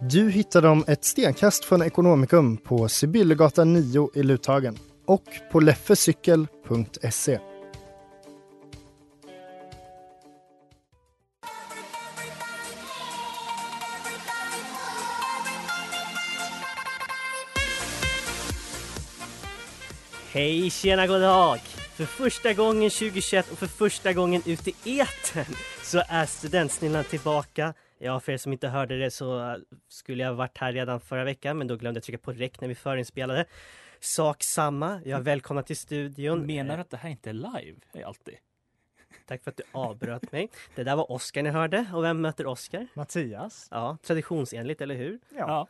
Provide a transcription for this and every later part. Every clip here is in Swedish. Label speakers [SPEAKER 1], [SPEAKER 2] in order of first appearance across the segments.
[SPEAKER 1] Du hittar dem ett stenkast från Ekonomikum på Sibyllegatan 9 i Luthagen och på leffecykel.se.
[SPEAKER 2] Hej, tjena, god dag! För första gången 2021 och för första gången ut i etern så är Studentsnillan tillbaka. Ja, för er som inte hörde det så eh, skulle jag varit här redan förra veckan, men då glömde jag trycka på räck när vi förinspelade. Sak samma, jag välkomna till studion. Eh,
[SPEAKER 3] Menar du att det här inte är live? Det är alltid.
[SPEAKER 2] Tack för att du avbröt mig. Det där var Oscar ni hörde, och vem möter Oscar?
[SPEAKER 4] Mattias.
[SPEAKER 2] Ja, traditionsenligt, eller hur?
[SPEAKER 4] Ja.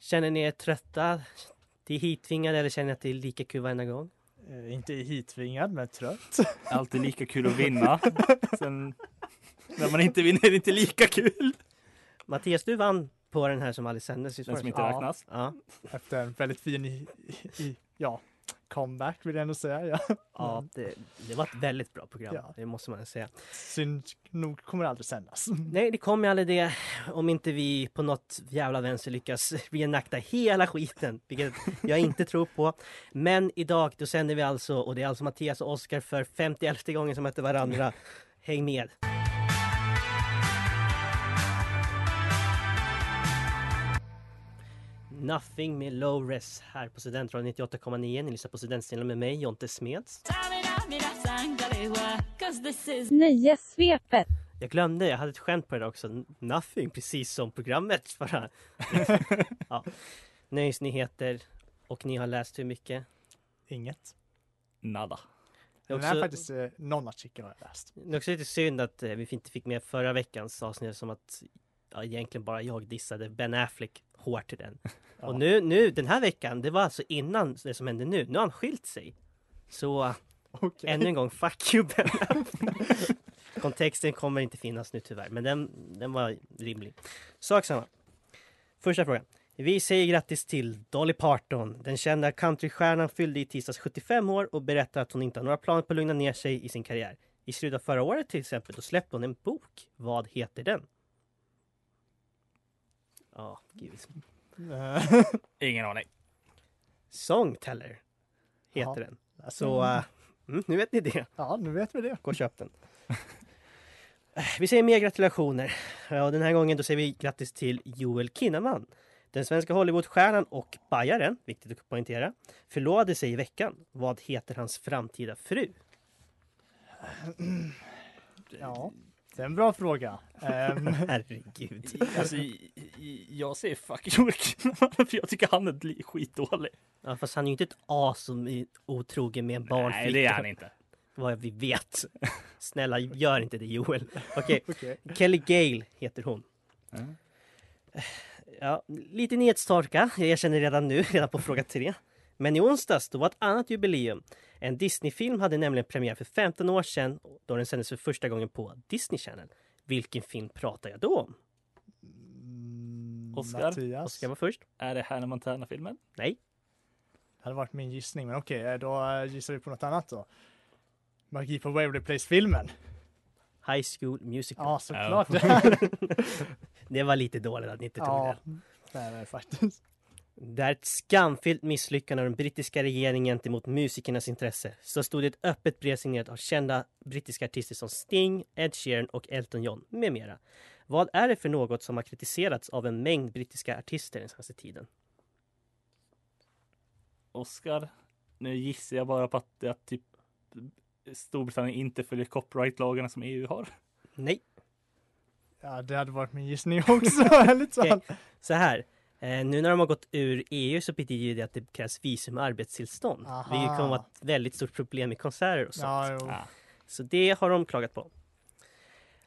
[SPEAKER 2] Känner ni er trötta? Det är hitvingade eller känner ni att det är lika kul varenda gång?
[SPEAKER 4] Eh, inte hitvingad, men trött.
[SPEAKER 3] Alltid lika kul att vinna. Sen när man inte vinner är det inte lika kul.
[SPEAKER 2] Mattias, du vann på den här som aldrig sändes. visst var
[SPEAKER 3] Den
[SPEAKER 2] det
[SPEAKER 3] som
[SPEAKER 2] så?
[SPEAKER 3] inte
[SPEAKER 4] Ja.
[SPEAKER 3] räknas.
[SPEAKER 2] Ja.
[SPEAKER 4] Efter en väldigt fin i, i, ja, comeback vill jag ändå säga. Ja.
[SPEAKER 2] Ja, det, det var ett väldigt bra program.
[SPEAKER 4] Mm. Ja.
[SPEAKER 2] Det måste man säga.
[SPEAKER 4] Synd nog kommer det aldrig sändas.
[SPEAKER 2] Nej, det kommer ju aldrig det om inte vi på något jävla vänster lyckas reenakta hela skiten, vilket jag inte tror på. Men idag, då sänder vi alltså, och det är alltså Mattias och Oskar för 51 gången som möter varandra. Häng med! Nothing med Low Res här på Studentradion 98,9. Ni lyssnar på Studentstilen med mig, Jonte Smeds.
[SPEAKER 5] Nöjessvepet.
[SPEAKER 2] Jag glömde, jag hade ett skämt på det där också. Nothing, precis som programmet förra. ja. Nöjesnyheter och ni har läst hur mycket?
[SPEAKER 4] Inget.
[SPEAKER 3] Nada.
[SPEAKER 2] Det är
[SPEAKER 4] Den
[SPEAKER 2] också,
[SPEAKER 4] här faktiskt eh, någon artikel har jag läst.
[SPEAKER 2] det är också lite synd att eh, vi inte fick med förra veckans avsnitt som att ja, egentligen bara jag dissade Ben Affleck hårt i den.
[SPEAKER 4] Ja.
[SPEAKER 2] Och nu, nu, den här veckan, det var alltså innan det som hände nu. Nu har han skilt sig. Så
[SPEAKER 4] Okej.
[SPEAKER 2] Ännu en gång, fuck you Ben Affleck. Kontexten kommer inte finnas nu tyvärr, men den, den var rimlig. Sak samma. Första frågan. Vi säger grattis till Dolly Parton. Den kända countrystjärnan fyllde i tisdags 75 år och berättar att hon inte har några planer på att lugna ner sig i sin karriär. I slutet av förra året till exempel, då släppte hon en bok. Vad heter den? Ja, givetvis.
[SPEAKER 4] Eh,
[SPEAKER 3] Ingen aning.
[SPEAKER 2] Songteller heter
[SPEAKER 4] Ja.
[SPEAKER 2] den. Så, eh, mm, nu vet ni det.
[SPEAKER 4] Alltså, ja, nu vet vi det.
[SPEAKER 2] Gå och köp den. Vi säger mer gratulationer. Ja, Och den här gången då säger vi grattis till Joel Kinnaman. Den svenska Hollywoodstjärnan och bajaren, viktigt att poängtera, förlovade sig i veckan. Vad heter hans framtida fru?
[SPEAKER 4] Ja, det är en bra fråga. Ehm,
[SPEAKER 2] Herregud.
[SPEAKER 3] Alltså, i- i- jag säger fuck Joel Kinnaman, för jag tycker han är li- skitdålig.
[SPEAKER 2] Ja, fast han är ju inte ett as som är otrogen med en barnflicka.
[SPEAKER 3] Nej, det är han inte.
[SPEAKER 2] Vad vi vet. Snälla, gör inte det Joel. Okej,
[SPEAKER 4] Okej.
[SPEAKER 2] Kelly Gale heter hon.
[SPEAKER 3] Mm.
[SPEAKER 2] Ja, lite nyhetstorka, jag erkänner redan nu, redan på fråga tre. Men i onsdags, då var ett annat jubileum. En Disney-film hade nämligen premiär för 15 år sedan då den sändes för första gången på Disney Channel. Vilken film pratar jag då om?
[SPEAKER 4] Mm,
[SPEAKER 3] Oscar?
[SPEAKER 4] Mattias.
[SPEAKER 2] Oskar var först.
[SPEAKER 3] Är det Hannah Montana-filmen?
[SPEAKER 2] Nej,
[SPEAKER 4] Det hade varit min gissning, men okej, eh, då eh, gissar vi på något annat då. Magi på Waverly Place-filmen.
[SPEAKER 2] High School Musical.
[SPEAKER 4] Ja, såklart.
[SPEAKER 2] Det var lite dåligt att ni inte tog det.
[SPEAKER 4] ja, det är det faktiskt.
[SPEAKER 2] Det är ett skamfyllt misslyckande av den brittiska regeringen gentemot musikernas intresse. Så stod det ett öppet brev signerat av kända brittiska artister som Sting, Ed Sheeran och Elton John med mera. Vad är det för något som har kritiserats av en mängd brittiska artister den senaste tiden?
[SPEAKER 3] Oscar. Nu gissar jag bara på att, att typ Storbritannien inte följer copyright-lagarna som EU har.
[SPEAKER 2] Nej,
[SPEAKER 4] Ja, det hade varit min gissning också, ärligt
[SPEAKER 2] Okej.
[SPEAKER 4] talat.
[SPEAKER 2] så här. Eh, nu när de har gått ur EU så betyder det att det krävs visum och arbetstillstånd.
[SPEAKER 4] Aha.
[SPEAKER 2] Vilket kommer vara ett väldigt stort problem i konserter och sånt.
[SPEAKER 4] Ja, jo.
[SPEAKER 3] Ah.
[SPEAKER 2] Så det har de klagat på.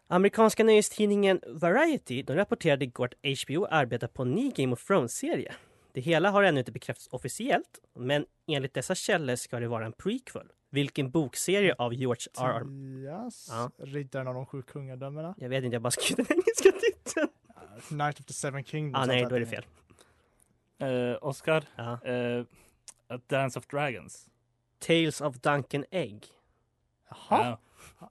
[SPEAKER 2] Amerikanska nyhetstidningen Variety de rapporterade igår att HBO arbetar på en ny Game of Thrones-serie. Det hela har ännu inte bekräftats officiellt, men enligt dessa källor ska det vara en prequel. Vilken bokserie av George R.
[SPEAKER 3] Mm.
[SPEAKER 2] R.
[SPEAKER 4] Tias,
[SPEAKER 2] Ja.
[SPEAKER 4] riddaren av de sju kungadömena.
[SPEAKER 2] Jag vet inte, jag bara skrev den engelska titeln.
[SPEAKER 4] Night of the Seven Kingdoms. alltså.
[SPEAKER 2] Ah, nej,
[SPEAKER 4] antar
[SPEAKER 2] då är det
[SPEAKER 4] jag.
[SPEAKER 2] fel.
[SPEAKER 3] Eh, Oscar,
[SPEAKER 2] Ja.
[SPEAKER 3] eh, A Dance of Dragons.
[SPEAKER 2] Tales of Duncan Egg.
[SPEAKER 4] Jaha.
[SPEAKER 3] Ja.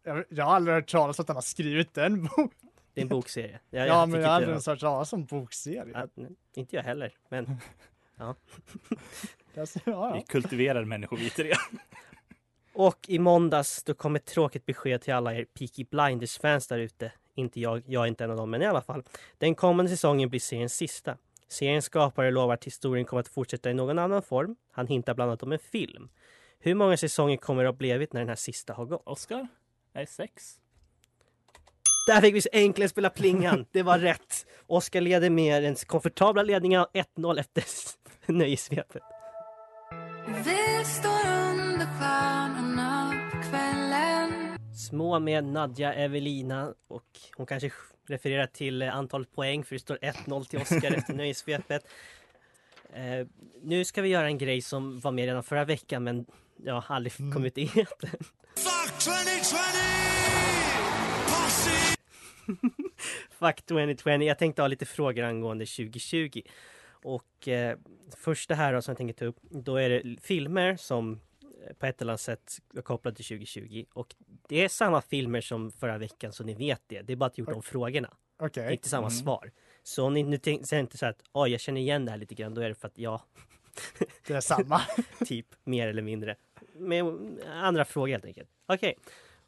[SPEAKER 4] Jag, jag har aldrig hört talas om att han har skrivit den boken.
[SPEAKER 2] Det är en bokserie.
[SPEAKER 4] Ja,
[SPEAKER 2] Jag,
[SPEAKER 4] men
[SPEAKER 2] tycker
[SPEAKER 4] jag har aldrig
[SPEAKER 2] inte
[SPEAKER 4] ens hört talas om bokserie.
[SPEAKER 2] Ja, nej, inte jag heller, men
[SPEAKER 4] Alltså, ja,
[SPEAKER 3] Vi
[SPEAKER 4] ja.
[SPEAKER 3] kultiverar människor, vi tre.
[SPEAKER 2] Och i måndags då kom ett tråkigt besked till alla er Peaky Blinders-fans där ute. Inte jag, jag är inte en av dem, men i alla fall. Den kommande säsongen blir seriens sista. Seriens skapare lovar att historien kommer att fortsätta i någon annan form. Han hintar bland annat om en film. Hur många säsonger kommer det att ha blivit när den här sista har gått?
[SPEAKER 3] Oscar? Nej, sex.
[SPEAKER 2] Där fick vi så enkelt spela plingan! Det var rätt! Oskar leder med den komfortabla ledningen av 1-0 efter nöjessvepet.
[SPEAKER 5] Vi står under stjärnorna på kvällen
[SPEAKER 2] Små med Nadja Evelina och hon kanske refererar till eh, antalet poäng för det står 1-0 till Oskar efter nöjessvepet. Eh, nu ska vi göra en grej som var med redan förra veckan men ja, aldrig kom
[SPEAKER 5] Mm.
[SPEAKER 2] ut i etern. Fuck 2020! Jag tänkte ha lite frågor angående 2020. Och eh, första här då som jag tänker ta upp, då är det filmer som eh, på ett eller annat sätt är kopplade till 2020. Och det är samma filmer som förra veckan så ni vet det. Det är bara att gjort om frågorna.
[SPEAKER 4] Okej.
[SPEAKER 2] Det är inte samma
[SPEAKER 4] Mm.
[SPEAKER 2] svar. Så om ni nu tänk- säger inte så här att "Oj, jag känner igen det här lite grann, då är det för att jag
[SPEAKER 4] Det är samma.
[SPEAKER 2] typ mer eller mindre. Med andra frågor helt enkelt. Okej.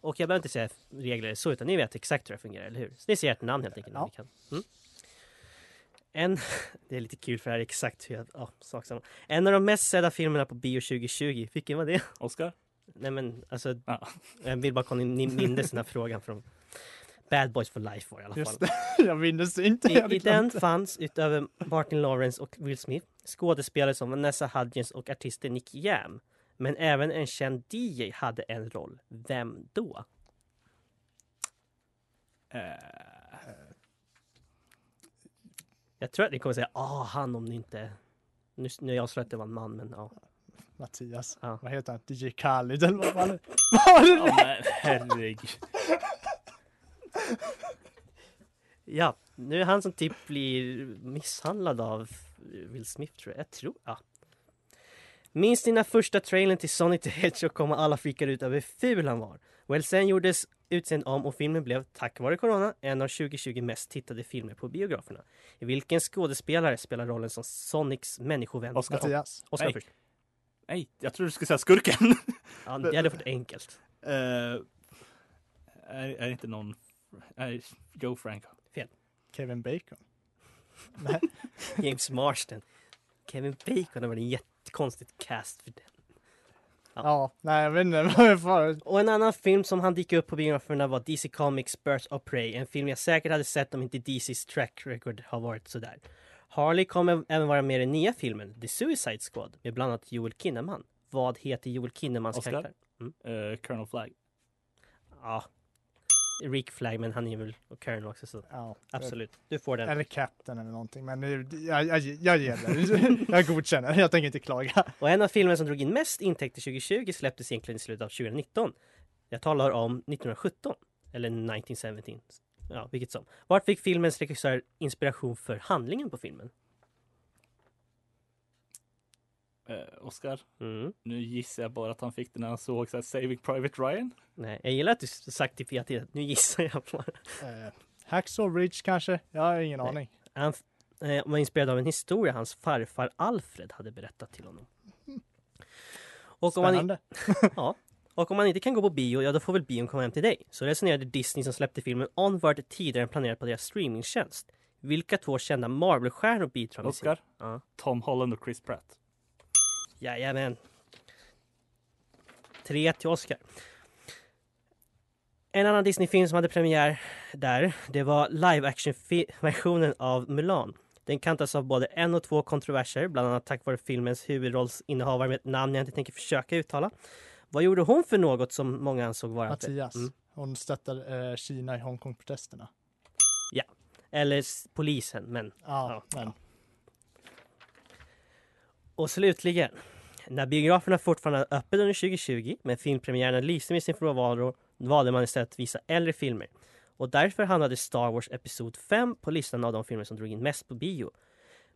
[SPEAKER 2] Och jag behöver inte säga regler så, utan ni vet exakt hur det fungerar, eller hur? Så ni ser ert namn helt enkelt. när
[SPEAKER 4] Ja.
[SPEAKER 2] ni kan. Mm. En, det är lite kul för det här är exakt hur jag, ja, sak samma. En av de mest sedda filmerna på bio 2020, vilken var det?
[SPEAKER 3] Oscar?
[SPEAKER 2] Nej men alltså,
[SPEAKER 3] Ja.
[SPEAKER 2] jag vill bara kolla om ni mindes den här frågan från Bad Boys for Life var det i alla fall.
[SPEAKER 4] Just det. Jag minns det inte. jag
[SPEAKER 2] I,
[SPEAKER 4] hade
[SPEAKER 2] I den
[SPEAKER 4] glömt det.
[SPEAKER 2] fanns, utöver Martin Lawrence och Will Smith, skådespelare som Vanessa Hudgens och artisten Nick Jam. Men även en känd DJ hade en roll. Vem då?
[SPEAKER 4] Eh,
[SPEAKER 2] Jag tror att ni kommer säga ah, han om ni inte... Nu, nu jag sa att det var en man, men ja.
[SPEAKER 4] Mattias.
[SPEAKER 2] Ja.
[SPEAKER 4] Vad heter han? DJ Khalid eller vad var det? Vad var
[SPEAKER 3] Ja,
[SPEAKER 4] det?
[SPEAKER 3] men herregud.
[SPEAKER 2] Ja, nu är han som typ blir misshandlad av Will Smith tror jag. Jag tror, ja. Minns dina första trailern till Sonic the Hedgehog kommer alla freakade ut över hur ful han var. Well, sen gjordes utseendet om och filmen blev, tack vare corona, en av 2020 mest tittade filmer på biograferna. I vilken skådespelare spelar rollen som Sonics människovän?
[SPEAKER 3] Oscar.
[SPEAKER 4] Mattias.
[SPEAKER 2] Oscar
[SPEAKER 3] Nej.
[SPEAKER 2] först.
[SPEAKER 3] Nej, jag trodde du skulle säga skurken.
[SPEAKER 2] Ja, det hade varit enkelt.
[SPEAKER 3] Eh, är, är det inte någon... Är Joe Franco?
[SPEAKER 4] Kevin Bacon.
[SPEAKER 2] James Marsden. Kevin Bacon, det var en jättekonstigt cast för den. Ja.
[SPEAKER 4] Ja. nej jag vet inte. Vad är för...
[SPEAKER 2] Och en annan film som han dyker upp på biograferna var DC Comics Birds of Prey, en film jag säkert hade sett om inte DC's track record har varit sådär. Harley kommer även vara med i den nya filmen The Suicide Squad med bland annat Joel Kinnaman. Vad heter Joel Kinnamans
[SPEAKER 3] Oscar?
[SPEAKER 2] karaktär?
[SPEAKER 3] Eh, Colonel Flag?
[SPEAKER 2] Ja, Rick Flag, men han är väl och Karen också så
[SPEAKER 4] Ja,
[SPEAKER 2] absolut. Du får den.
[SPEAKER 4] Eller Captain eller någonting. Men nu- jag, jag, jag ger det. Jag godkänner. Jag tänker inte klaga.
[SPEAKER 2] Och en av filmerna som drog in mest intäkter 2020 släpptes egentligen i slutet av 2019. Jag talar om 1917, eller 1917, ja, vilket som. Vart fick filmens regissör inspiration för handlingen på filmen?
[SPEAKER 3] Eh, Oscar?
[SPEAKER 2] Mm.
[SPEAKER 3] Nu gissar jag bara att han fick det när han såg så här, Saving Private Ryan.
[SPEAKER 2] Nej, jag gillar att du s- sagt till hela tiden. Nu gissar jag bara.
[SPEAKER 4] Eh, Hacksaw Ridge kanske? Jag har ingen
[SPEAKER 2] Nej.
[SPEAKER 4] aning.
[SPEAKER 2] Han f- eh, var inspirerad av en historia hans farfar Alfred hade berättat till honom. Och om, han, i-
[SPEAKER 4] Spännande.
[SPEAKER 2] ja, och om han inte kan gå på bio, ja då får väl bion komma hem till dig. Så resonerade Disney som släppte filmen Onward tidigare än planerat på deras streamingtjänst. Vilka två kända Marvel-stjärnor bidrar med sin...
[SPEAKER 3] Oscar?
[SPEAKER 2] Ja.
[SPEAKER 3] Tom Holland och Chris Pratt.
[SPEAKER 2] Jajamän. Tre till Oscar. En annan Disney-film som hade premiär där, det var live action-versionen av Mulan. Den kantas av både en och två kontroverser, bland annat tack vare filmens huvudrollsinnehavare med ett namn jag inte tänker försöka uttala. Vad gjorde hon för något som många ansåg vara...
[SPEAKER 4] Mattias.
[SPEAKER 2] Mm.
[SPEAKER 4] Hon stöttar eh, Kina i Hongkong-protesterna.
[SPEAKER 2] Eller s- polisen, men...
[SPEAKER 4] Ja, men
[SPEAKER 2] Och slutligen, när biograferna fortfarande är öppet under 2020 men filmpremiärerna lyste med sin frånvaro valde man istället att visa äldre filmer. Och därför hamnade Star Wars Episod 5 på listan av de filmer som drog in mest på bio.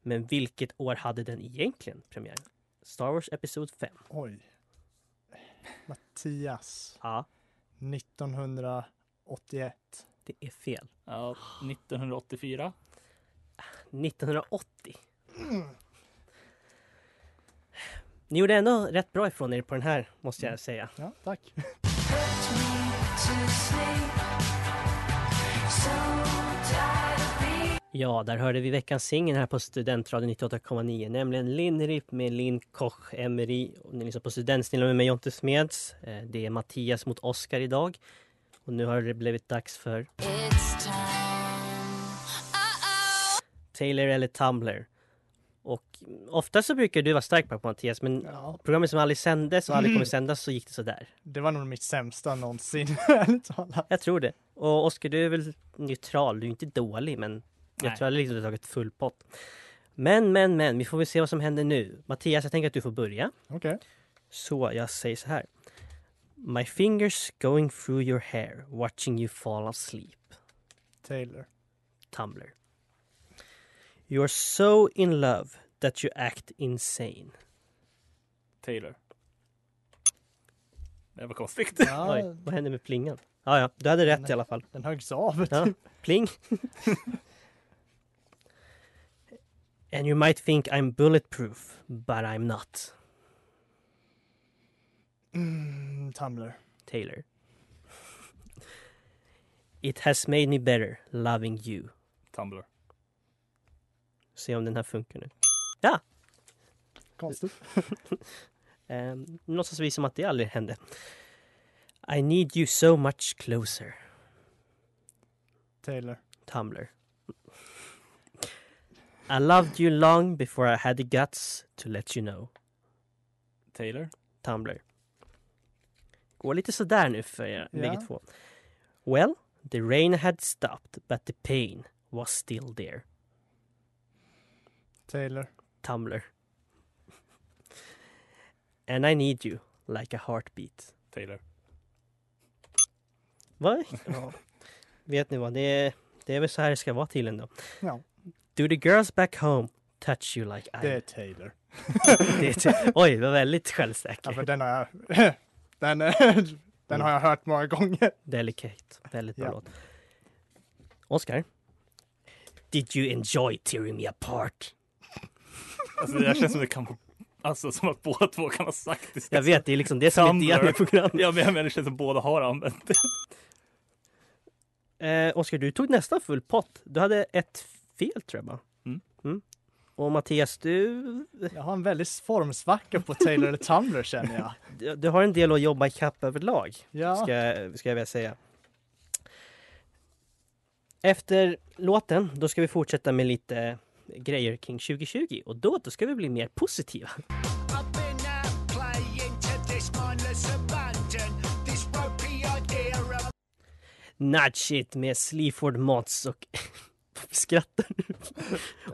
[SPEAKER 2] Men vilket år hade den egentligen premiär? Star Wars Episod 5.
[SPEAKER 4] oj. Mattias.
[SPEAKER 2] Ja,
[SPEAKER 4] 1981.
[SPEAKER 2] det är fel.
[SPEAKER 3] Ja, 1984.
[SPEAKER 2] 1980. Ni gjorde ändå rätt bra ifrån er på den här, måste jag säga.
[SPEAKER 4] Ja, tack.
[SPEAKER 2] Ja, där hörde vi veckans singel här på Studentradion 98,9, nämligen Linnrip med Linn Koch Emery. Och Ni lyssnar på Studentstilen med mig Jonte Smeds. Eh, Det är Mattias mot Oscar idag. Och nu har det blivit dags för Taylor eller Tumblr. Och ofta så brukar du vara stark på det, Mattias, men
[SPEAKER 4] Ja,
[SPEAKER 2] programmet som aldrig sändes och aldrig kommer sändas så gick det sådär.
[SPEAKER 4] det var nog mitt sämsta någonsin. ärligt talat.
[SPEAKER 2] Jag tror det. Och Oskar, du är väl neutral? Du är inte dålig, men jag
[SPEAKER 3] Nej.
[SPEAKER 2] tror aldrig liksom du har tagit full pott. Men, men, men, vi får väl se vad som händer nu. Mattias, jag tänker att du får börja.
[SPEAKER 4] Okej.
[SPEAKER 2] Så jag säger så här. My fingers going through your hair, watching you fall asleep.
[SPEAKER 4] Taylor.
[SPEAKER 2] Tumblr. You're so in love that you act insane.
[SPEAKER 3] Taylor. Det var konstigt.
[SPEAKER 4] Ja,
[SPEAKER 2] Oj, vad hände med plingan? Ah, Ja, ja, du hade rätt i alla fall.
[SPEAKER 4] den höggs av.
[SPEAKER 2] Ja, pling. And you might think I'm bulletproof, but I'm not.
[SPEAKER 4] Mm, Tumblr.
[SPEAKER 2] Taylor. It has made me better, loving you.
[SPEAKER 3] Tumblr.
[SPEAKER 2] Se om den här funkar nu.
[SPEAKER 4] Konstigt.
[SPEAKER 2] Eh, nu låtsas vi som att det aldrig hände. I need you so much closer,
[SPEAKER 4] Taylor.
[SPEAKER 2] Tumblr. I loved you long before I had the guts to let you know.
[SPEAKER 3] Taylor.
[SPEAKER 2] Tumblr. Går lite sådär nu för er
[SPEAKER 4] Ja.
[SPEAKER 2] bägge två. Well, the rain had stopped but the pain was still there.
[SPEAKER 4] Taylor.
[SPEAKER 2] Tumblr. And I need you like a heartbeat.
[SPEAKER 3] Taylor.
[SPEAKER 2] Vad? Vet ni vad, det är, det är väl så här det ska vara till ändå.
[SPEAKER 4] Ja.
[SPEAKER 2] Do the girls back home touch you like I...
[SPEAKER 4] Det är Taylor.
[SPEAKER 2] Det är- Oj, vad väldigt självsäker.
[SPEAKER 4] Ja, men den har jag... Den, eh, den har jag hört många gånger.
[SPEAKER 2] Delicate. Väldigt bra
[SPEAKER 4] Ja.
[SPEAKER 2] låt. Oscar. Did you enjoy tearing me apart?
[SPEAKER 3] Alltså det där känns som det kan Alltså som att båda två kan ha sagt det.
[SPEAKER 2] Jag vet, det är liksom det som är
[SPEAKER 3] Tumblr.
[SPEAKER 2] del i programmet.
[SPEAKER 3] Ja men jag menar det känns som båda har använt det.
[SPEAKER 2] Eh, Oscar, du tog nästan full pott. Du hade ett fel tror jag bara.
[SPEAKER 3] Mm.
[SPEAKER 2] Och Mattias, du
[SPEAKER 4] Jag har en väldigt formsvacka på Taylor eller Tumblr känner jag.
[SPEAKER 2] du du har en del att jobba ikapp överlag,
[SPEAKER 4] Ja.
[SPEAKER 2] ska, jag- ska jag väl säga. Efter låten, då ska vi fortsätta med lite grejer kring 2020 och då, då ska vi bli mer positiva. Nudge it med Sleaford Mods och skrattar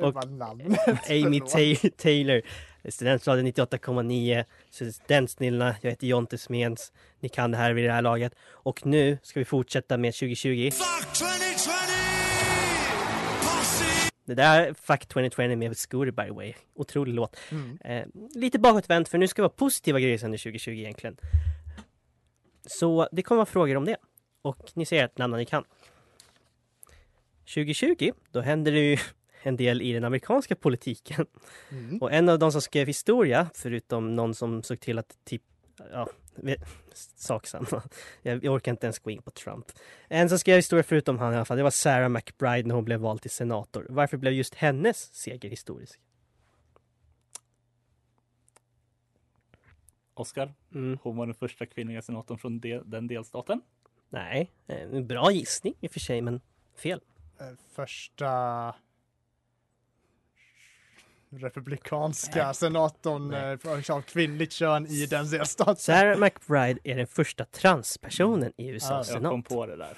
[SPEAKER 4] Och,
[SPEAKER 2] och
[SPEAKER 4] namn.
[SPEAKER 2] Amy
[SPEAKER 4] Förlåt.
[SPEAKER 2] Ta- Taylor, Studentradion 98,9, Studentsnillena, jag heter Jonte Smeds. Ni kan det här vid det här laget. Och nu ska vi fortsätta med 2020. Det där är Fuck 2020 med Scooter by the way. Otrolig låt.
[SPEAKER 4] Mm.
[SPEAKER 2] Eh, lite bakåtvänt för nu ska det vara positiva grejer sen i 2020 egentligen. Så det kommer vara frågor om det. Och ni ser ett namn ni kan. 2020, då händer det ju en del i den amerikanska politiken.
[SPEAKER 4] Mm.
[SPEAKER 2] Och en av de som skrev historia, förutom någon som såg till att typ, ja, vi- sak samma. Jag, jag orkar inte ens gå in på Trump. En som skrev historia förutom han i alla fall, det var Sarah McBride när hon blev vald till senator. Varför blev just hennes seger historisk?
[SPEAKER 3] Oscar.
[SPEAKER 2] Mm.
[SPEAKER 3] Hon var den första kvinnliga senatorn från de, den delstaten.
[SPEAKER 2] Nej, eh, en bra gissning i och för sig, men fel.
[SPEAKER 4] Eh, Första republikanska senatorn
[SPEAKER 2] Nej.
[SPEAKER 4] eh, för- liksom, kvinnligt kön i den delstaten.
[SPEAKER 2] Sarah McBride är den första transpersonen i
[SPEAKER 4] Ah,
[SPEAKER 2] USAs
[SPEAKER 3] Jag
[SPEAKER 2] senat.
[SPEAKER 3] kom på det där.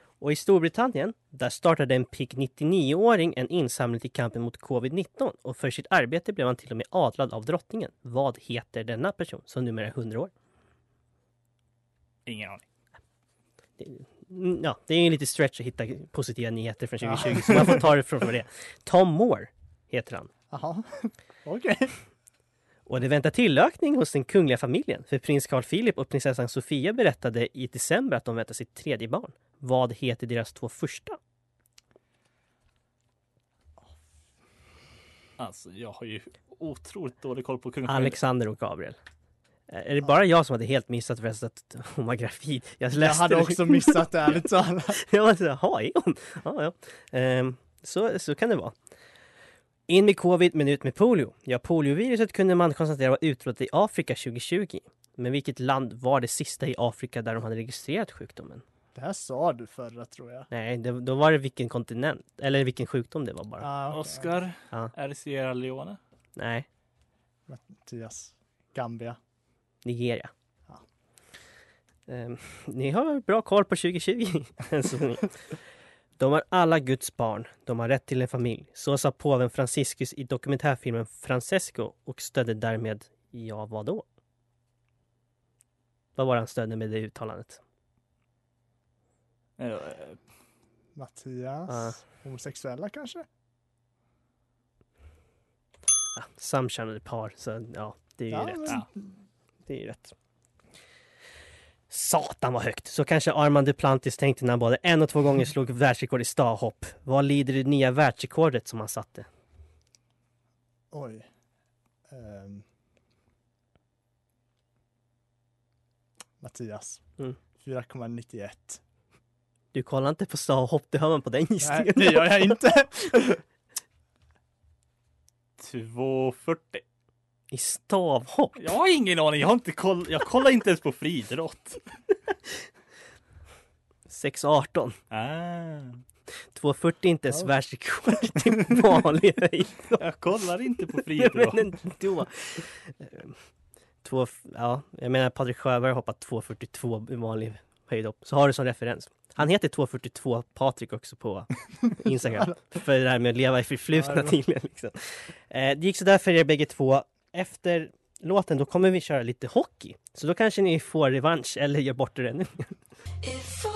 [SPEAKER 2] Och i Storbritannien, där startade en pigg 99-åring en insamling till kampen mot covid-19 och för sitt arbete blev han till och med adlad av drottningen. Vad heter denna person som numera är 100 år?
[SPEAKER 3] Ingen aning.
[SPEAKER 2] Mm, Ja, det är ju lite stretch att hitta positiva nyheter från 2020, så man får ta det från från det. Tom Moore heter han.
[SPEAKER 4] Jaha, okej.
[SPEAKER 2] Och det väntar tillökning hos den kungliga familjen, för prins Carl Philip och prinsessan Sofia berättade i december att de väntar sitt tredje barn. Vad heter deras två första?
[SPEAKER 3] Alltså, jag har ju otroligt dålig koll på kungafamiljen.
[SPEAKER 2] Alexander och Gabriel. Eh, Är det bara jag som hade helt missat förresten att hon var gravid? Jag läste
[SPEAKER 4] Jag hade
[SPEAKER 2] det.
[SPEAKER 4] också missat det ärligt talat.
[SPEAKER 2] Jag var så här, jaha, är hon? Ja, ja. Ehm, så, så kan det vara. In med covid, men ut med polio. Ja, polioviruset kunde man konstatera var utrotat i Afrika 2020. Men vilket land var det sista i Afrika där de hade registrerat sjukdomen?
[SPEAKER 4] Det här sa du förra tror jag.
[SPEAKER 2] Nej, det, då var det vilken kontinent, eller vilken sjukdom det var bara.
[SPEAKER 4] Ah, okej.
[SPEAKER 3] Oscar.
[SPEAKER 2] Ja.
[SPEAKER 3] Är det Sierra Leone?
[SPEAKER 2] Nej,
[SPEAKER 4] Mattias. Gambia.
[SPEAKER 2] Nigeria.
[SPEAKER 4] Ja.
[SPEAKER 2] Ehm, ni har bra koll på 2020. än så länge. de är alla Guds barn. De har rätt till en familj. Så sa påven Franciscus i dokumentärfilmen Francesco och stödde därmed, ja vad då? Vad var det han stödde med det uttalandet?
[SPEAKER 3] Eh,
[SPEAKER 4] Mattias.
[SPEAKER 2] Ah.
[SPEAKER 4] Homosexuella kanske?
[SPEAKER 2] Ja, samkönade par, så ja, det är ju rätt. Ah.
[SPEAKER 4] men-
[SPEAKER 3] Ja.
[SPEAKER 2] Det är ju rätt. Satan vad högt! Så kanske Armand Duplantis tänkte när han både en och två gånger slog världsrekord i stavhopp. Vad lider det nya världsrekordet som han satte?
[SPEAKER 4] Oj. Ehm. Mattias.
[SPEAKER 2] Mm.
[SPEAKER 4] 4,91.
[SPEAKER 2] Du kollar inte på stavhopp, det hör man på den
[SPEAKER 4] Nej,
[SPEAKER 2] gissningen.
[SPEAKER 4] det gör jag inte.
[SPEAKER 3] 240.
[SPEAKER 2] I stavhopp?
[SPEAKER 3] Jag har ingen aning. Jag, har inte koll... jag kollar inte ens på friidrott.
[SPEAKER 2] 6,18.
[SPEAKER 3] Ah,
[SPEAKER 2] 2,40 är inte ens
[SPEAKER 4] Ja.
[SPEAKER 2] världsrekord. Det är vanlig höjd.
[SPEAKER 3] jag kollar inte på friidrott.
[SPEAKER 2] Men ändå. Ehm, Två, ja, jag menar Patrik Sjöberg har hoppat 2,42 i vanlig höjdhopp. Så har du som referens. Han heter 2,42 Patrik också på Instagram. för det där med att leva i förflutna tydligen. Liksom. Eh, det gick sådär för er bägge två. Efter låten då kommer vi köra lite hockey. Så då kanske ni får revansch eller gör bort er ännu mer.
[SPEAKER 5] If I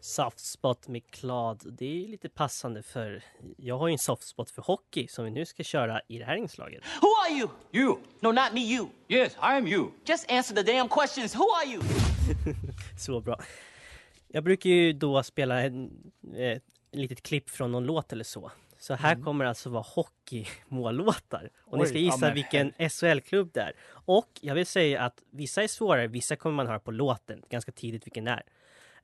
[SPEAKER 2] Soft spot med Klad. Det är lite passande för jag har ju en soft spot för hockey som vi nu ska köra i det här inslaget.
[SPEAKER 6] Who are you? You. No, not me, you. Yes, I am you. Just answer the damn questions. Who are you?
[SPEAKER 2] Så bra. Jag brukar ju då spela en, eh, ett litet klipp från någon låt eller så. Så här kommer alltså vara hockeymållåtar. Och ni
[SPEAKER 3] Mm. Oj,
[SPEAKER 2] ska gissa
[SPEAKER 3] ja, men-
[SPEAKER 2] vilken SHL-klubb det är. Och jag vill säga att vissa är svårare, vissa kommer man höra på låten ganska tidigt vilken det är.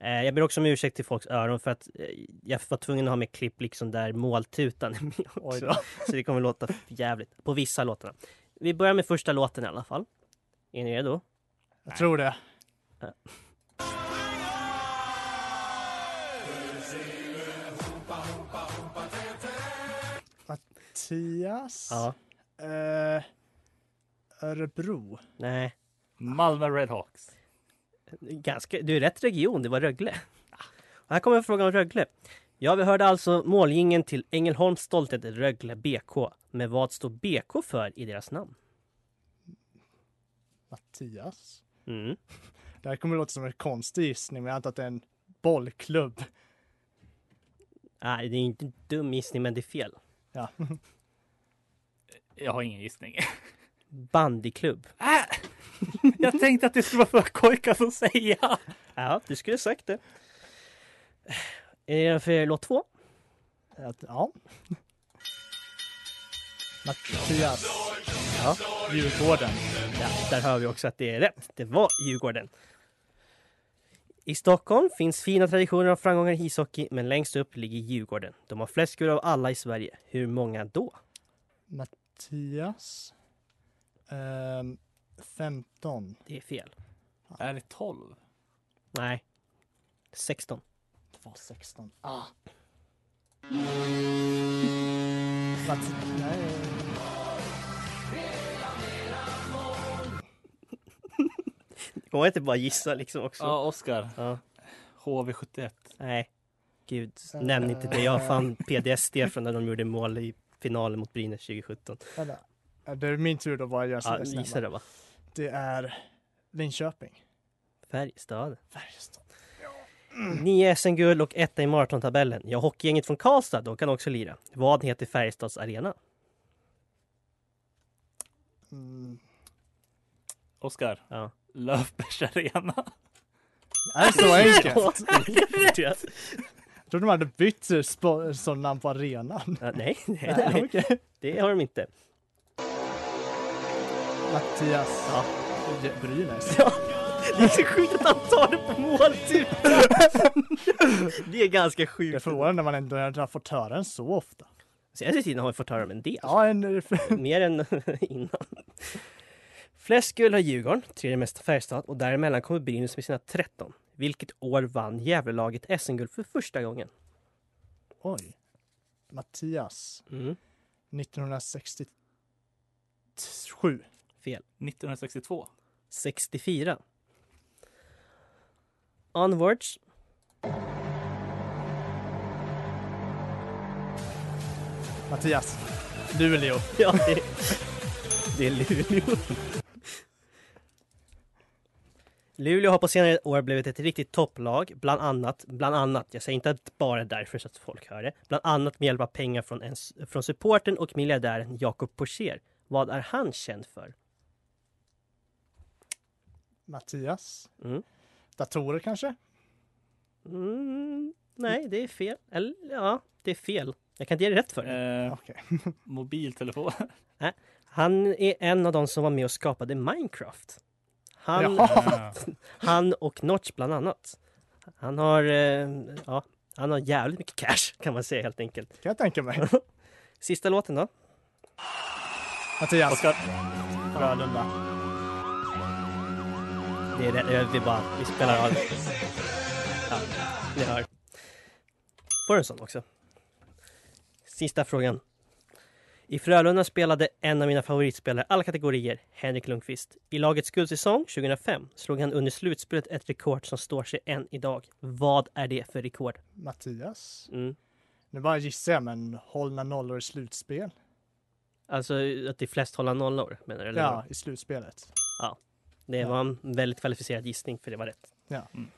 [SPEAKER 2] Eh, jag ber också om ursäkt till folks öron för att eh, jag var tvungen att ha med klipp liksom där måltutan är med också. Så det kommer låta för jävligt på vissa låtarna. Vi börjar med första låten i alla fall. Är ni redo?
[SPEAKER 4] Jag tror det.
[SPEAKER 2] Ah.
[SPEAKER 4] Mattias.
[SPEAKER 2] Ja.
[SPEAKER 4] Eh, Örebro.
[SPEAKER 2] Nej.
[SPEAKER 3] Malmö Redhawks.
[SPEAKER 2] Ganska, du är rätt region, det var Rögle. Och här kommer en fråga om Rögle. Ja, vi hörde alltså målgingen till Ängelholms stolthet Rögle BK. Men vad står BK för i deras namn?
[SPEAKER 4] Mattias.
[SPEAKER 2] Mm.
[SPEAKER 4] Det här kommer låta som en konstig gissning, men jag antar att det är en bollklubb.
[SPEAKER 2] Nej, det är inte en dum gissning, men det är fel.
[SPEAKER 4] Ja.
[SPEAKER 3] Jag har ingen gissning.
[SPEAKER 2] Bandyklubb.
[SPEAKER 3] Ah! Jag tänkte att det skulle vara för korkat att säga.
[SPEAKER 2] Ja, du skulle sagt det. Är det för låt två?
[SPEAKER 4] Att- ja. Mattias.
[SPEAKER 2] Ja.
[SPEAKER 4] Djurgården.
[SPEAKER 2] Ja, där hör vi också att det är rätt. Det var Djurgården. I Stockholm finns fina traditioner av framgångar i ishockey, men längst upp ligger Djurgården. De har flest guld av alla i Sverige. Hur många då?
[SPEAKER 4] Mattias. Ehm, 15.
[SPEAKER 2] Det är fel.
[SPEAKER 3] Är det 12?
[SPEAKER 2] Nej. 16.
[SPEAKER 4] Det var 16. Ah. Mats- nej.
[SPEAKER 2] Kan man inte bara gissa liksom också?
[SPEAKER 3] Ja, Oskar.
[SPEAKER 2] Ja.
[SPEAKER 3] HV71.
[SPEAKER 2] Nej. Gud, nämn inte det.
[SPEAKER 4] eh,
[SPEAKER 2] Jag har fan PDSD från när de gjorde mål i finalen mot Brynäs 2017.
[SPEAKER 4] Vänta. Ja, Det är min tur då vad jag
[SPEAKER 2] Ja,
[SPEAKER 4] ska
[SPEAKER 2] gissa det va?
[SPEAKER 4] Det är Linköping.
[SPEAKER 2] Färjestad.
[SPEAKER 4] Färjestad.
[SPEAKER 2] Nio SM-guld och etta i maratontabellen. Ja, hockeygänget från Karlstad, de kan också lira. Vad heter Färjestads arena?
[SPEAKER 4] Mm.
[SPEAKER 3] Oskar.
[SPEAKER 2] Ja.
[SPEAKER 3] Löfbergs arena.
[SPEAKER 4] Är det så enkelt?
[SPEAKER 2] Ja.
[SPEAKER 4] Jag trodde de hade bytt sp- sån namn på arenan.
[SPEAKER 2] Ja, nej, nej,
[SPEAKER 4] Nej,
[SPEAKER 2] nej.
[SPEAKER 4] okej.
[SPEAKER 2] det har de inte.
[SPEAKER 4] Mattias.
[SPEAKER 2] Ja.
[SPEAKER 4] J- Brynäs.
[SPEAKER 2] Ja, det är så sjukt att han tar det på måltid! det är ganska
[SPEAKER 4] Jag är
[SPEAKER 2] sjukt.
[SPEAKER 4] förvånad när man ändå har fått höra den så ofta.
[SPEAKER 2] Senaste tiden har vi fått höra om en del.
[SPEAKER 4] Ja, en...
[SPEAKER 2] Mer än innan. Flest guld har Djurgården, tredje mest har Färjestad och däremellan kommer Brynäs med sina 13. Vilket år vann Gävlelaget SM-guld för första gången?
[SPEAKER 4] Oj. Mattias.
[SPEAKER 2] Mm,
[SPEAKER 4] 1967.
[SPEAKER 2] fel.
[SPEAKER 3] 1962.
[SPEAKER 2] 64. Onwards.
[SPEAKER 4] Mattias. Luleå.
[SPEAKER 2] Ja, det, det är Luleå. Luleå har på senare år blivit ett riktigt topplag, bland annat, bland annat, jag säger inte att bara därför så att folk hör det, bland annat med hjälp av pengar från, en, från supporten och miljardären Jakob Porser. Vad är han känd för?
[SPEAKER 4] Mattias.
[SPEAKER 2] Mm.
[SPEAKER 4] Datorer kanske?
[SPEAKER 2] Mm, nej, det är fel. Eller ja, det är fel. Jag kan inte ge dig rätt för det.
[SPEAKER 3] Eh,
[SPEAKER 4] Okej.
[SPEAKER 3] mobiltelefon.
[SPEAKER 2] Han är en av de som var med och skapade Minecraft. Han,
[SPEAKER 3] Eh,
[SPEAKER 2] Han och Notch bland annat. Han har, eh, ja, han har jävligt mycket cash kan man säga helt enkelt.
[SPEAKER 4] Kan jag tänka mig.
[SPEAKER 2] Sista låten då.
[SPEAKER 4] Mattias.
[SPEAKER 3] Oskar.
[SPEAKER 4] Frölunda.
[SPEAKER 2] Det är det, eh, vi bara, vi spelar av. Ja, ni hör. Får en sån också. Sista frågan. I Frölunda spelade en av mina favoritspelare alla kategorier, Henrik Lundqvist. I lagets guldsäsong 2005 slog han under slutspelet ett rekord som står sig än idag. Vad är det för rekord?
[SPEAKER 4] Mattias.
[SPEAKER 2] Mm.
[SPEAKER 4] Nu bara gissar jag, men hållna nollor i slutspel.
[SPEAKER 2] Alltså att det är flest hålla nollor menar du? eller vad?
[SPEAKER 4] Ja, i slutspelet.
[SPEAKER 2] Det
[SPEAKER 4] Ja.
[SPEAKER 2] var en väldigt kvalificerad gissning för det var rätt.
[SPEAKER 4] Ja.
[SPEAKER 3] Mm.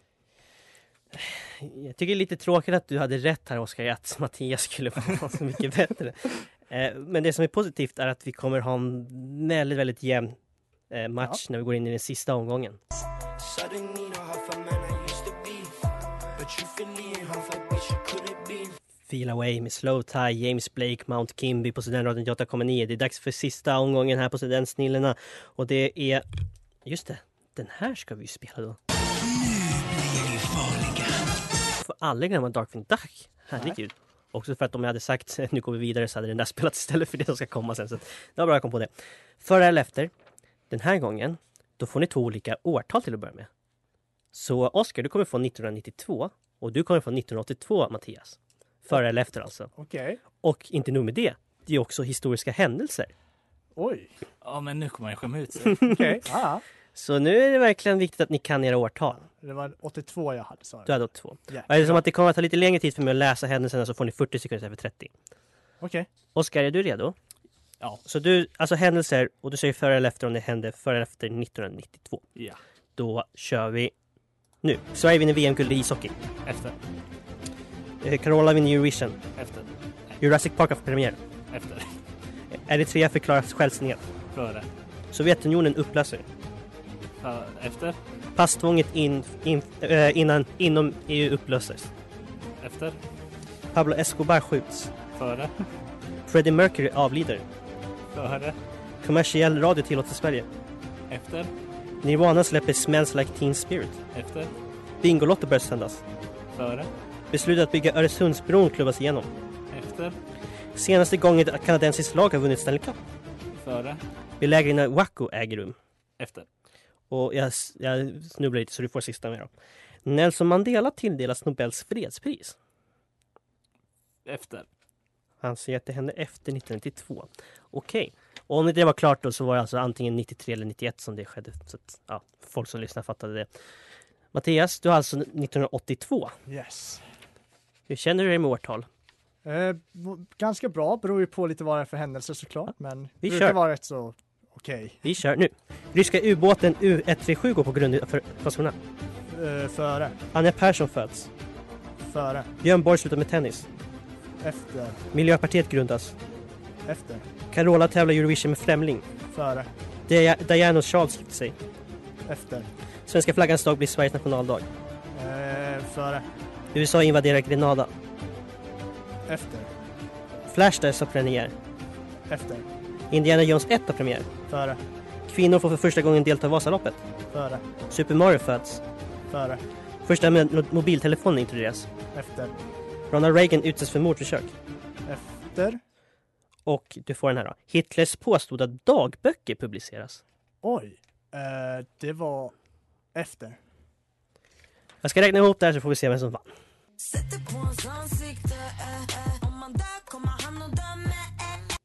[SPEAKER 2] Jag tycker det är lite tråkigt att du hade rätt här Oskar, att Mattias skulle vara så mycket bättre. Eh, Men det som är positivt är att vi kommer ha en väldigt, väldigt jämn eh, match när vi går in i den sista omgången. Feel Away med Slow Tie, James Blake, Mount Kimby på Studentradion 98,9. Det är dags för sista omgången här på Studentsnillena. Och det är... Just det, den här ska vi ju spela då. Får aldrig glömma Darkwing Duck. Herregud. Också för att om jag hade sagt nu går vi vidare så hade den där spelats istället för det som ska komma sen. Så att det var bra jag kom på det. Före eller efter. Den här gången, då får ni två olika årtal till att börja med. Så Oscar, du kommer få 1992 och du kommer få 1982, Mattias. Före eller efter alltså.
[SPEAKER 4] Okej.
[SPEAKER 2] Och inte nog med det, det är också historiska händelser.
[SPEAKER 4] Oj.
[SPEAKER 3] Ja, men nu kommer jag skämma ut sig.
[SPEAKER 4] Okej. Ah,
[SPEAKER 2] Så nu är det verkligen viktigt att ni kan era årtal.
[SPEAKER 4] det var 82 jag hade, sa
[SPEAKER 2] Du
[SPEAKER 4] du.
[SPEAKER 2] hade två.
[SPEAKER 4] Ja.
[SPEAKER 2] Och är det som att det kommer att ta lite längre tid för mig att läsa händelserna så får ni 40 sekunder istället för 30.
[SPEAKER 4] Okej.
[SPEAKER 2] Oskar, är du redo?
[SPEAKER 3] Ja.
[SPEAKER 2] Så du, alltså händelser, och du säger före eller efter om det hände före eller efter 1992.
[SPEAKER 3] Ja.
[SPEAKER 2] Då kör vi nu. Sverige vinner VM-guld i ishockey.
[SPEAKER 3] Efter.
[SPEAKER 2] Eh, Carola vinner Eurovision.
[SPEAKER 3] Efter.
[SPEAKER 2] Jurassic Park har premiär.
[SPEAKER 3] Efter.
[SPEAKER 2] Eh, Eritrea förklaras självständighet.
[SPEAKER 3] Före.
[SPEAKER 2] Sovjetunionen upplöser.
[SPEAKER 3] Före. Efter.
[SPEAKER 2] Passtvånget in, in, eh, innan, inom EU upplöses.
[SPEAKER 3] Efter.
[SPEAKER 2] Pablo Escobar skjuts.
[SPEAKER 3] Före.
[SPEAKER 2] Freddie Mercury avlider.
[SPEAKER 3] Före.
[SPEAKER 2] Kommersiell radio tillåts i Sverige.
[SPEAKER 3] Efter.
[SPEAKER 2] Nirvana släpper Smells Like Teen Spirit.
[SPEAKER 3] Efter.
[SPEAKER 2] Bingolotto börjar sändas.
[SPEAKER 3] Före.
[SPEAKER 2] Beslutet att bygga Öresundsbron klubbas igenom.
[SPEAKER 3] Efter.
[SPEAKER 2] Senaste gången ett kanadensiskt lag har vunnit Stanley Cup?
[SPEAKER 3] Före?
[SPEAKER 2] Belägringen av Waco äger rum.
[SPEAKER 3] Efter.
[SPEAKER 2] Och jag, s- jag snubblar lite så du får sista med då. Nelson Mandela tilldelas Nobels fredspris.
[SPEAKER 3] Efter.
[SPEAKER 2] Han säger att det hände efter 1992. Okej. Och om inte det var klart då så var det alltså antingen 93 eller 91 som det skedde. Så att, ja, folk som lyssnar fattade det. Mattias, du har alltså 1982.
[SPEAKER 4] Yes.
[SPEAKER 2] Hur känner du dig med årtal?
[SPEAKER 4] Eh, v- ganska bra, beror ju på lite vad det är för händelser såklart, men
[SPEAKER 2] Vi
[SPEAKER 4] brukar
[SPEAKER 2] kör.
[SPEAKER 4] vara rätt så okej.
[SPEAKER 2] Vi kör nu. Ryska ubåten U137 går på grund utanför Karlskrona.
[SPEAKER 4] Eh, före,
[SPEAKER 2] Anja Persson föds.
[SPEAKER 4] före,
[SPEAKER 2] Björn Borg slutar med tennis.
[SPEAKER 4] efter,
[SPEAKER 2] Miljöpartiet grundas.
[SPEAKER 4] efter,
[SPEAKER 2] Carola tävlar i Eurovision med Främling.
[SPEAKER 4] före,
[SPEAKER 2] Dia- Diana och Charles gifter sig.
[SPEAKER 4] efter,
[SPEAKER 2] Svenska flaggans dag blir Sveriges nationaldag.
[SPEAKER 4] eh, före,
[SPEAKER 2] USA invaderar Grenada.
[SPEAKER 4] efter,
[SPEAKER 2] Flashdance har premiär.
[SPEAKER 4] efter,
[SPEAKER 2] Indiana Jones 1 har premiär.
[SPEAKER 4] före,
[SPEAKER 2] Kvinnor får för första gången delta i Vasaloppet.
[SPEAKER 4] före,
[SPEAKER 2] Super Mario föds.
[SPEAKER 4] före,
[SPEAKER 2] Första med- mobiltelefonen introduceras.
[SPEAKER 4] efter,
[SPEAKER 2] Ronald Reagan utsätts för mordförsök.
[SPEAKER 4] efter.
[SPEAKER 2] Och du får den här då. Hitlers påstådda dagböcker publiceras.
[SPEAKER 4] Oj, eh, det var efter.
[SPEAKER 2] Jag ska räkna ihop det här så får vi se vem som vann.
[SPEAKER 5] Sätter på hans ansikte eh, eh. Om man dör kommer han eh. att dö med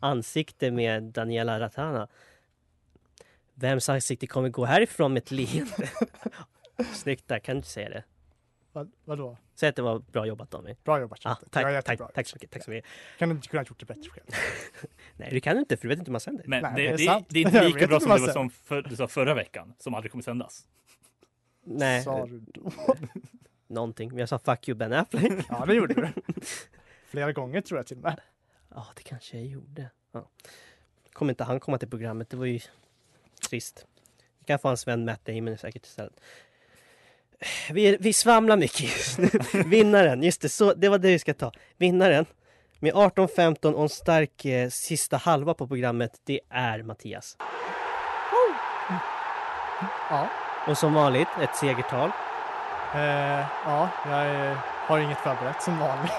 [SPEAKER 2] Ansikte med Daniela Ratana. Vems ansikte kommer gå härifrån med ett leende? Snyggt där, kan du inte säga det?
[SPEAKER 4] Vad, vadå?
[SPEAKER 2] Säg att det var bra jobbat av mig.
[SPEAKER 4] Bra jobbat
[SPEAKER 2] Ja,
[SPEAKER 4] Jonte. Det var
[SPEAKER 2] Ah, tack,
[SPEAKER 4] jättebra.
[SPEAKER 2] tack, tack så mycket. Tack så mycket.
[SPEAKER 4] Kan du inte kunna ha gjort det bättre själv?
[SPEAKER 2] Nej, det kan du inte för du vet inte hur man sänder.
[SPEAKER 3] Men
[SPEAKER 4] Nej,
[SPEAKER 3] det,
[SPEAKER 4] det är
[SPEAKER 3] det, det,
[SPEAKER 4] sant.
[SPEAKER 3] är inte
[SPEAKER 4] Jag
[SPEAKER 3] lika
[SPEAKER 4] vet
[SPEAKER 3] bra
[SPEAKER 4] inte
[SPEAKER 3] som
[SPEAKER 4] vad
[SPEAKER 3] det var
[SPEAKER 4] jag
[SPEAKER 3] som för, du sa förra veckan, som aldrig kommer sändas.
[SPEAKER 2] Nej,
[SPEAKER 4] Sa du då?
[SPEAKER 2] någonting. Men jag sa fuck you Ben Affleck. Ja,
[SPEAKER 4] Ja, det gjorde du. Flera gånger tror jag till och med.
[SPEAKER 2] det kanske jag gjorde. Ja. Kommer inte han komma till programmet? Det var ju trist. Vi kan få hans vän Matt Damon säkert istället. Vi, vi svamlar mycket just nu. Vinnaren, just det, så, det var det vi ska ta. Vinnaren med 18-15 och en stark eh, sista halva på programmet, det är Mattias.
[SPEAKER 4] Ja.
[SPEAKER 2] Och som vanligt, ett segertal.
[SPEAKER 4] Eh, ja, jag eh, har inget förberett som vanligt.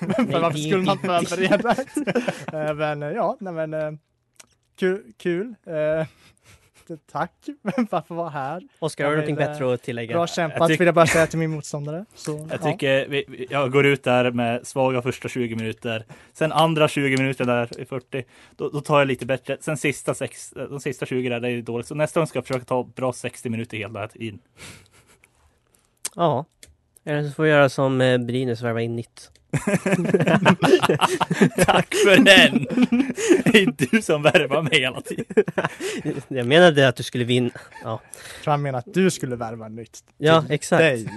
[SPEAKER 4] men
[SPEAKER 2] Nej,
[SPEAKER 4] varför skulle man
[SPEAKER 2] det är inte-
[SPEAKER 4] förbereda? eh, men eh, ja, nej men eh, kul. kul. Eh, tack för att få vara här.
[SPEAKER 2] Oskar, har du
[SPEAKER 4] Jag vill,
[SPEAKER 2] någonting bättre
[SPEAKER 4] eh,
[SPEAKER 2] att tillägga?
[SPEAKER 4] Bra
[SPEAKER 3] Jag
[SPEAKER 4] kämpat
[SPEAKER 3] tyck-
[SPEAKER 4] vill jag bara säga till min motståndare. Så,
[SPEAKER 3] Jag
[SPEAKER 4] ja.
[SPEAKER 3] tycker vi- vi, jag går ut där med svaga första 20 minuter. Sen andra 20 minuter där, i 40, då, då tar jag lite bättre. Sen sista sex, de sista 20 där, det är ju dåligt. Så nästa gång ska jag försöka ta bra 60 minuter hela tiden.
[SPEAKER 2] Ja. Eller så får vi göra som eh, Brynäs, värva in nytt.
[SPEAKER 3] Tack för den! Det är du som värvar mig hela tiden.
[SPEAKER 2] Jag menade att du skulle vinna. Ja,
[SPEAKER 4] För han menar att du skulle värva nytt.
[SPEAKER 2] ja
[SPEAKER 4] till
[SPEAKER 2] exakt.
[SPEAKER 4] Dig.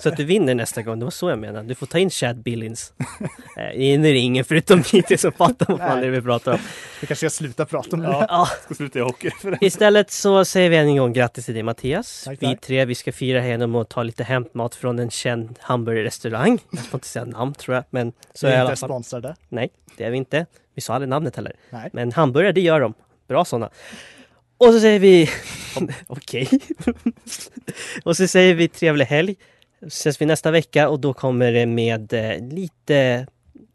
[SPEAKER 2] Så att du vinner nästa gång, det var så jag menade. Du får ta in Chad Billings. Eh, nu är det ingen förutom Peter som fattar vad fan det är vi pratar om.
[SPEAKER 4] Vi kanske ska sluta prata om det.
[SPEAKER 2] Ja.
[SPEAKER 3] Ska sluta jag hockey.
[SPEAKER 2] Istället så säger vi än en gång grattis till dig Mattias.
[SPEAKER 4] Tack,
[SPEAKER 2] vi
[SPEAKER 4] tack.
[SPEAKER 2] tre, vi ska fira genom att ta lite hämtmat från en känd hamburgerrestaurang. Jag får inte säga namn tror jag, men så
[SPEAKER 4] vi
[SPEAKER 2] är i
[SPEAKER 4] är
[SPEAKER 2] alla
[SPEAKER 4] inte
[SPEAKER 2] fall.
[SPEAKER 4] sponsrade.
[SPEAKER 2] Nej, det är vi inte. Vi sa aldrig namnet heller.
[SPEAKER 4] Nej.
[SPEAKER 2] Men hamburgare, det gör de. Bra sådana. Och så säger vi... Okej. och så säger vi trevlig helg. Ses vi nästa vecka och då kommer det med eh, lite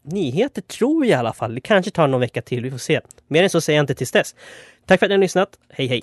[SPEAKER 2] nyheter, tror jag i alla fall. Det kanske tar någon vecka till, vi får se. Mer än så säger jag inte tills dess. Tack för att ni har lyssnat. Hej, hej!